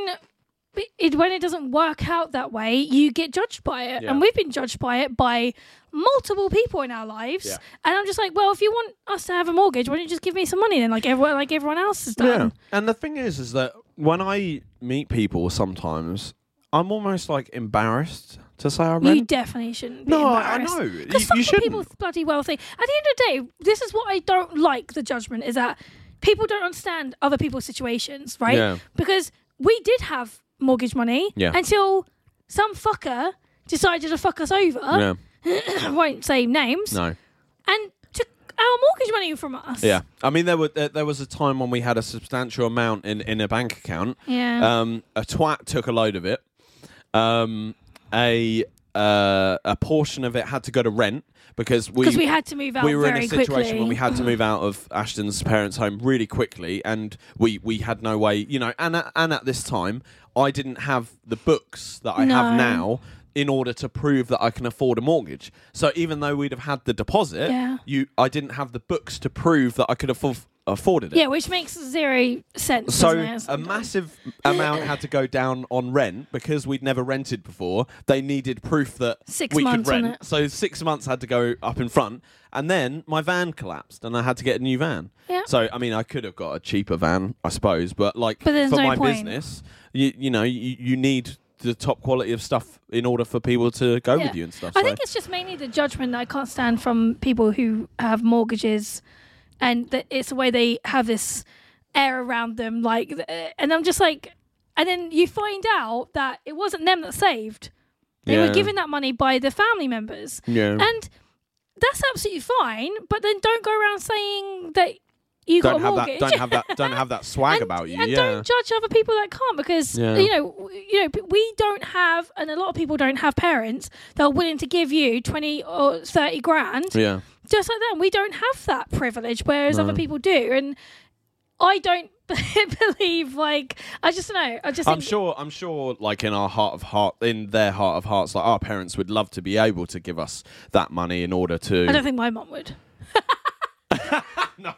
it when it doesn't work out that way, you get judged by it, Yeah. and we've been judged by it by multiple people in our lives. Yeah. And I'm just like, well, if you want us to have a mortgage, why don't you just give me some money then, like everyone like everyone else has Yeah. done? And the thing is, is that when I meet people sometimes, I'm almost like embarrassed to say I You rent. definitely shouldn't. Be no, I, I embarrassed. know. You, Because some you shouldn't. people bloody well think. At the end of the day, this is what I don't like the judgment is that people don't understand other people's situations, right? Yeah. Because we did have mortgage money Yeah. until some fucker decided to fuck us over. yeah. I won't say names. No. And took our mortgage money from us. Yeah. I mean, there were there, there was a time when we had a substantial amount in in a bank account. Yeah. Um, a twat took a load of it. Um, a uh, a portion of it had to go to rent because we Because we had to move out we were in very a situation quickly. when we had to move out of Ashton's parents' home really quickly, and we we had no way, you know. And at, and at this time, I didn't have the books that I have No. now in order to prove that I can afford a mortgage. So even though we'd have had the deposit, Yeah. you I didn't have the books to prove that I could have afforded it. yeah, which makes zero sense. doesn't So it, a sometimes? massive amount had to go down on rent because we'd never rented before. They needed proof that Six we could months on rent. it. So six months had to go up in front, and then my van collapsed, and I had to get a new van. Yeah. So I mean, I could have got a cheaper van, I suppose, but like But there's for no my point. business, you you know, you, you need the top quality of stuff in order for people to go Yeah. with you and stuff. I so. think it's just mainly the judgment that I can't stand from people who have mortgages, and that it's the way they have this air around them. Like, th- eh, and I'm just like, and then you find out that it wasn't them that saved; they Yeah. were given that money by the family members, yeah. and that's absolutely fine. But then don't go around saying that you don't got a have mortgage. that. Don't have that. Don't have that swag and, about you. and yeah. don't judge other people that can't because Yeah. you know w- you know p- we don't have and a lot of people don't have parents that are willing to give you 20 or 30 grand yeah. just like that we don't have that privilege whereas other people do and i don't believe like i just don't know i just I'm think sure. I'm sure. Like in our heart of heart, in their heart of hearts, like our parents would love to be able to give us that money in order to. i don't think my mum would no,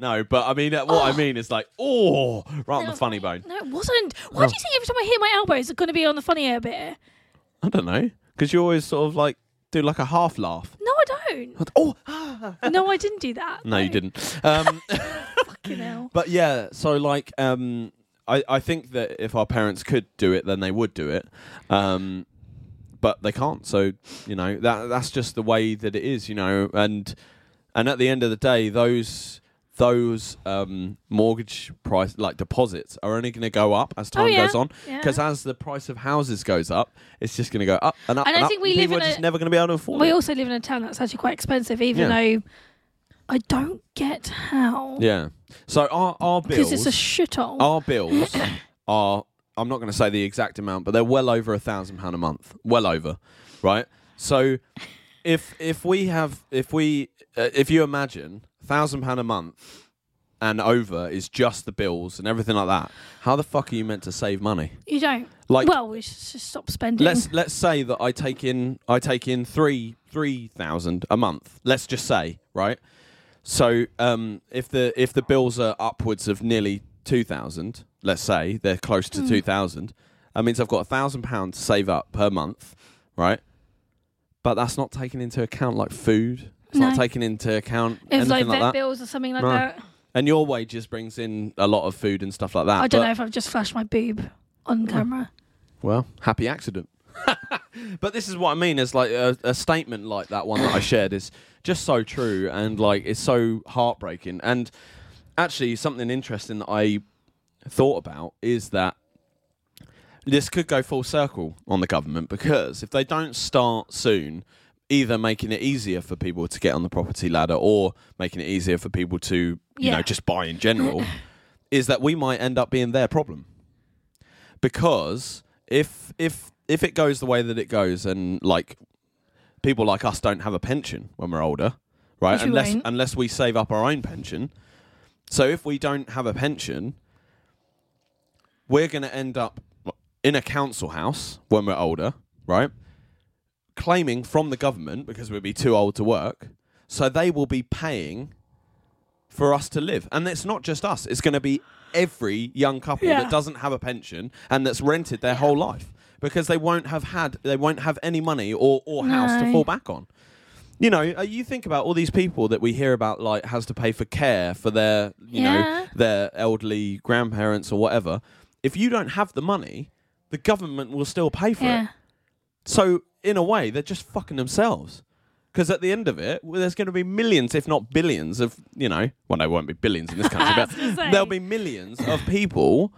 no. But I mean, uh, what I mean is like, oh, right on the funny bone. no it wasn't why do you think every time i hit my elbow it's going to be on the funnier bit I don't know, because you always sort of like do like a half laugh. no i don't Oh, no i didn't do that no, you didn't. Um, Fucking hell. but yeah, so like, um, I, I think that if our parents could do it, then they would do it. Um, but they can't. So you know that that's just the way that it is. You know, and and at the end of the day, those those um, mortgage price like deposits are only going to go up as time Oh, yeah. goes on. Yeah. Because as the price of houses goes up, it's just going to go up and up. And I up, think we live people in are just a- never going to be able to afford We it. also live in a town that's actually quite expensive, even though I don't get how. yeah. So our our bills Oh, Because it's a shithole. our bills are I'm not going to say the exact amount, but they're well over a thousand pound a month, well over, right? So if if we have if we uh, if you imagine thousand pound a month and over is just the bills and everything like that, how the fuck are you meant to save money? You don't. Like well, we should just stop spending. let's let's say that I take in I take in three three thousand a month. Let's just say, right? So um, if the if the bills are upwards of nearly two thousand, let's say they're close Hmm. to two thousand, that means I've got a thousand pounds to save up per month, right? But that's not taking into account like food. It's not No. taking into account if anything like like, vet that. bills or something like No. that. And your wages brings in a lot of food and stuff like that. I don't but- know if I've just flashed my boob on camera. Well, happy accident. but this is what I mean is like a, a statement like that one that I shared is just so true and like it's so heartbreaking. And actually, something interesting that I thought about is that this could go full circle on the government because if they don't start soon, either making it easier for people to get on the property ladder or making it easier for people to, you Yeah. know, just buy in general, is that we might end up being their problem because if if if it goes the way that it goes and like people like us don't have a pension when we're older right Which we unless won't. unless we save up our own pension so if we don't have a pension we're going to end up in a council house when we're older right claiming from the government because we'll be too old to work so they will be paying for us to live. And it's not just us, it's going to be every young couple Yeah. that doesn't have a pension and that's rented their whole life because they won't have had they won't have any money or or house to No. fall back on. You know, uh, you think about all these people that we hear about like has to pay for care for their, you Yeah. know, their elderly grandparents or whatever. If you don't have the money, the government will still pay for it. Yeah. So in a way, they're just fucking themselves. Because at the end of it, well, there's going to be millions, if not billions, of you know, well, there won't be billions in this country, I was but gonna say. there'll be millions of people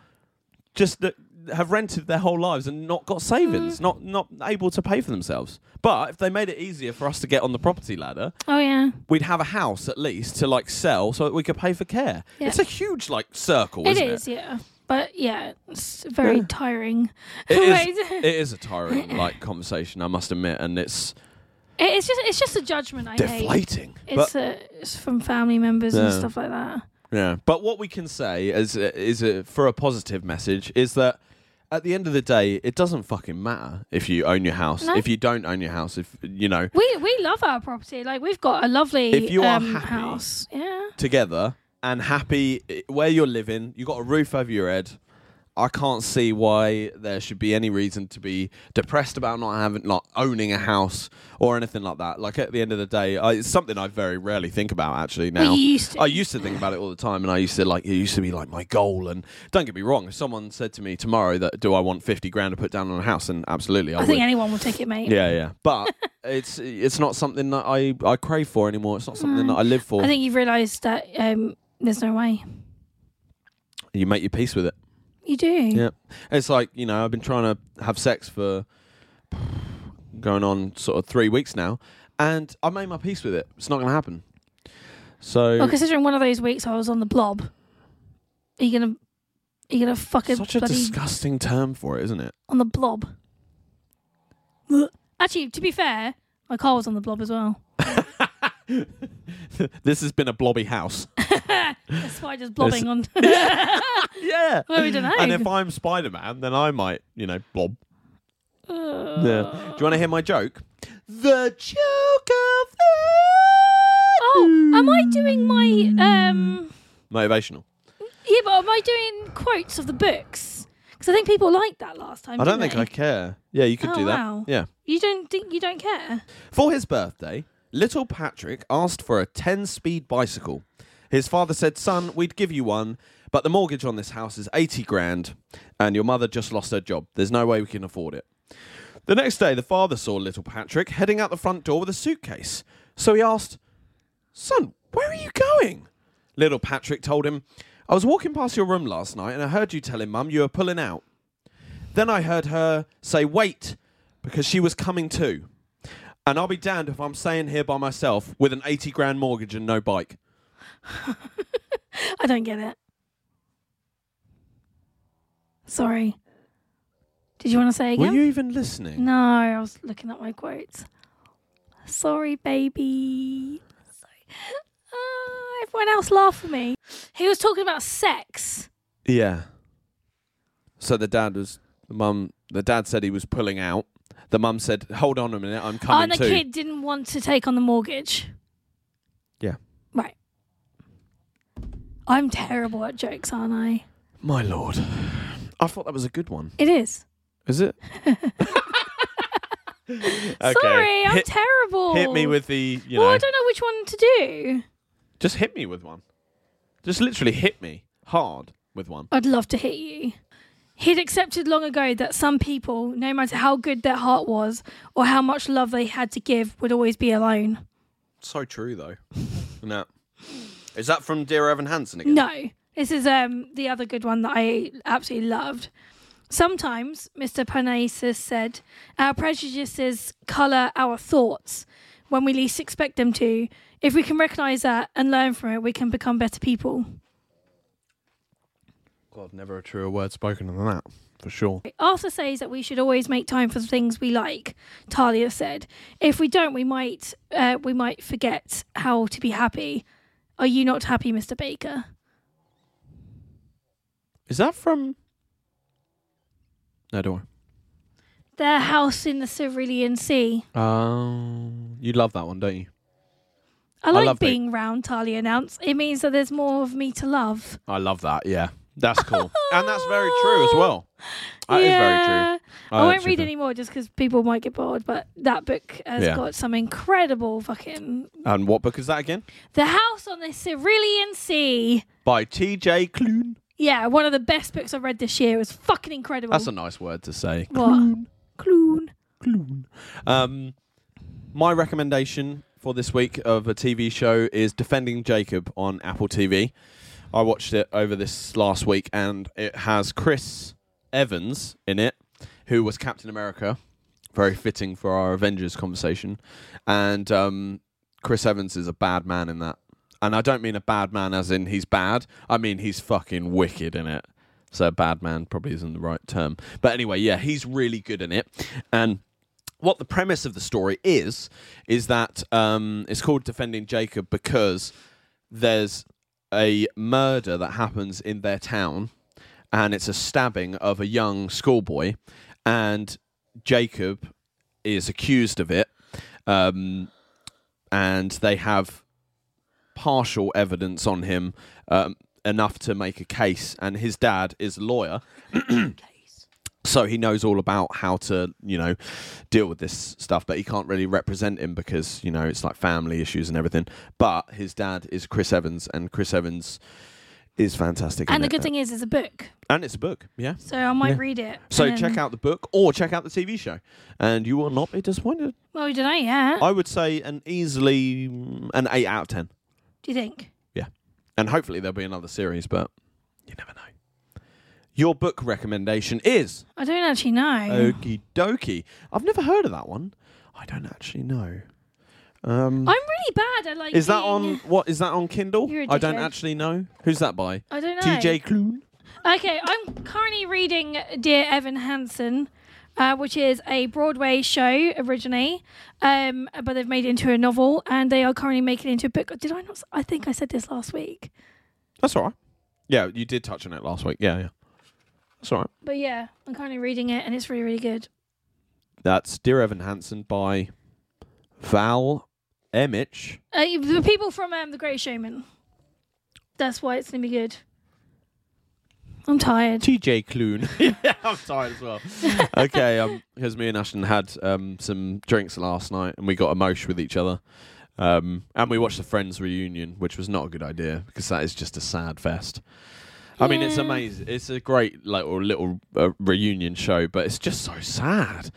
just that have rented their whole lives and not got savings, Mm. not not able to pay for themselves. But if they made it easier for us to get on the property ladder, Oh yeah. we'd have a house at least to like sell so that we could pay for care. Yeah. It's a huge like circle, It isn't is, yeah. But yeah, it's very tiring. it? Right. It is, it is a tiring like conversation, I must admit, and it's It- it's just it's just a judgment I hate. deflating. But- It's, a, it's from family members and Yeah. stuff like that. Yeah. But what we can say as a, is a, for a positive message is that at the end of the day, it doesn't fucking matter if you own your house, No. if you don't own your house, if you know We we love our property. Like we've got a lovely If you are um, happy- house. Yeah. together and happy i- where you're living, you got a roof over your head. I can't see why there should be any reason to be depressed about not having, not owning a house or anything like that. Like at the end of the day, I, it's something I very rarely think about actually now. Well, you used to. I used to think about it all the time, and I used to like it used to be like my goal. And don't get me wrong, if someone said to me tomorrow that do I want fifty grand to put down on a house, and absolutely, I, I would. think anyone will take it, mate. yeah, yeah, but it's it's not something that I I crave for anymore. It's not something that I live for. I think you've realised that um, there's no way. you make your peace with it. You do. Yeah. It's like, you know, I've been trying to have sex for going on sort of three weeks now, and I made my peace with it. It's not going to happen. So, Well, considering one of those weeks I was on the blob, are you gonna are you gonna fucking such a bloody disgusting term for it, isn't it? on the blob? Actually, to be fair, my car was on the blob as well. This has been a blobby house. There's spiders blobbing on. yeah. well, we don't know. And if I'm Spider Man, then I might, you know, blob. Uh, Yeah. Do you want to hear my joke? The joke of the Oh, am I doing my um? motivational. Yeah, but am I doing quotes of the books? Because I think people liked that last time. I don't didn't think they? I care. Yeah, you could Oh, do that. wow. Yeah. You don't think you don't care? For his birthday, little Patrick asked for a 10 speed bicycle. His father said, Son, we'd give you one, but the mortgage on this house is 80 grand, and your mother just lost her job. There's no way we can afford it. The next day, the father saw little Patrick heading out the front door with a suitcase. So he asked, Son, where are you going? Little Patrick told him, I was walking past your room last night and I heard you telling Mum you were pulling out. Then I heard her say, Wait, because she was coming too. And I'll be damned if I'm staying here by myself with an 80 grand mortgage and no bike. I don't get it. Sorry. Did you want to say again? Were you even listening? No, I was looking at my quotes. Sorry, baby. Sorry. Ah, everyone else laughed at me. He was talking about sex. Yeah. So the dad was, the mum, the dad said he was pulling out. The mum said, Hold on a minute, I'm Oh, coming and the too. kid didn't want to take on the mortgage. Yeah. Right. I'm terrible at jokes, aren't I? My lord. I thought that was a good one. It is. Is it? okay. Sorry, I'm hit, terrible. hit me with the, you well, know. I don't know which one to do. Just hit me with one. Just literally hit me hard with one. I'd love to hit you. He'd accepted long ago that some people, no matter how good their heart was or how much love they had to give, would always be alone. So true, though. no. Is that from Dear Evan Hansen again? No, this is um the other good one that I absolutely loved. Sometimes, Mr. Parnassus said, our prejudices colour our thoughts when we least expect them to. If we can recognise that and learn from it, we can become better people. God, never a truer word spoken than that, for sure. Arthur says that we should always make time for the things we like. Talia said, "If we don't, we might uh, we might forget how to be happy." Are you not happy, Mister Baker? Is that from. No, don't worry. Their house in the Cerulean Sea. Um, you love that one, don't you? I like love it. being round. Talia announced, "It means that there's more of me to love." I love that, yeah. That's cool. and that's very true as well. That is very true. Yeah. I won't actually read think- any more just because people might get bored. But that book has Yeah. got some incredible fucking. And what book is that again? The house on the Cerulean Sea. By T.J. Clune. Yeah, one of the best books I've read this year. It was fucking incredible. That's a nice word to say. What? Clune. Clune. Um, my recommendation for this week of a TV show is Defending Jacob on Apple TV. I watched it over this last week, and it has Chris Evans in it, who was Captain America. Very fitting for our Avengers conversation. And um, Chris Evans is a bad man in that. And I don't mean a bad man as in he's bad. I mean he's fucking wicked in it. So bad man probably isn't the right term. But anyway, yeah, he's really good in it. And what the premise of the story is is that um, it's called defending jacob because there's a murder that happens in their town and it's a stabbing of a young schoolboy and jacob is accused of it um, and they have partial evidence on him um, enough to make a case and his dad is a lawyer so he knows all about how to you know deal with this stuff but he can't really represent him because you know it's like family issues and everything but his dad is chris evans and chris evans is fantastic in And the it. good thing is, it's a book, and it's a book yeah so I might Yeah. read it. so and then- check out the book or check out the tv show and you will not be disappointed Well, we don't know yet. i would say an easily mm, an 8 out of 10 Do you think? and hopefully there'll be another series but you never know your book recommendation is I don't actually know. Okie dokie. I've never heard of that one. I don't actually know. Um, I'm really bad at like. is that on being- what? Is that on Kindle? You're a I don't dickhead. actually know. Who's that by? I don't know. T.J. Clune. Okay, I'm currently reading Dear Evan Hansen, uh, which is a Broadway show originally, um, but they've made it into a novel, and they are currently making it into a book. Did I not? s- I think I said this last week. That's all right. Yeah, you did touch on it last week. Yeah, yeah. That's all right. But yeah, I'm currently reading it, and it's really, really good. That's Dear Evan Hansen by Val Emich. Uh, the people from um, The Great Showman. That's why it's gonna be good. I'm tired. T.J. Clune. yeah, I'm tired as well. okay, um, because me and Ashton had um, some drinks last night and we got emotional with each other. Um, and we watched the Friends reunion, which was not a good idea because that is just a sad fest. I mean, it's Yeah. amazing. It's a great like or little uh, reunion show, but it's just so sad.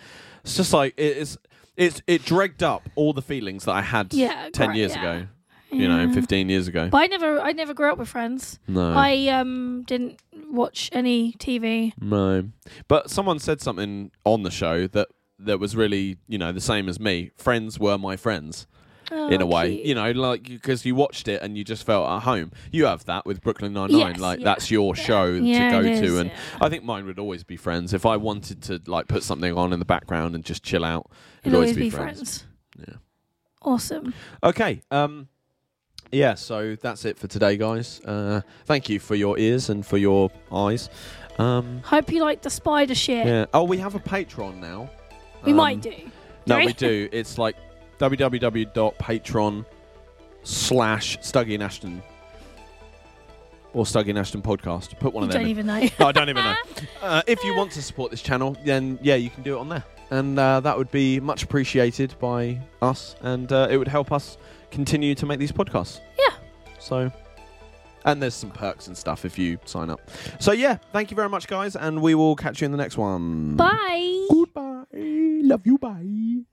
It's just like it is. It's it dragged up all the feelings that I had Yeah, ten great, years yeah. ago. You know, Yeah. fifteen years ago. But I never, I never grew up with friends. no, I um didn't watch any TV. No. But someone said something on the show that that was really, you know, the same as me. Friends were my friends Oh, in a way, cute. you know, like because you watched it and you just felt at home. You have that with Brooklyn Nine Nine, Yes, like yeah. that's your show Yeah, to go it to, is, and yeah. I think mine would always be Friends. If I wanted to like put something on in the background and just chill out, it'd, It'd always be friends. Yeah. Awesome. Okay. Um, yeah, so that's it for today, guys. Uh, thank you for your ears and for your eyes. Um, Hope you like the spider shit. Yeah. Oh, we have a Patreon now. Eh. We Um, might do. No, right? we do. It's like www.patreon slash Stuggy and Ashton or Stuggy and Ashton podcast. Put one You of them. don't in. even know. No, I don't even know. Uh, if you want to support this channel, then yeah, you can do it on there, and uh, that would be much appreciated by us, and uh, it would help us continue to make these podcasts. Yeah. So. And there's some perks and stuff if you sign up. So yeah, thank you very much, guys, and we will catch you in the next one. Bye. Goodbye. Love you. Bye.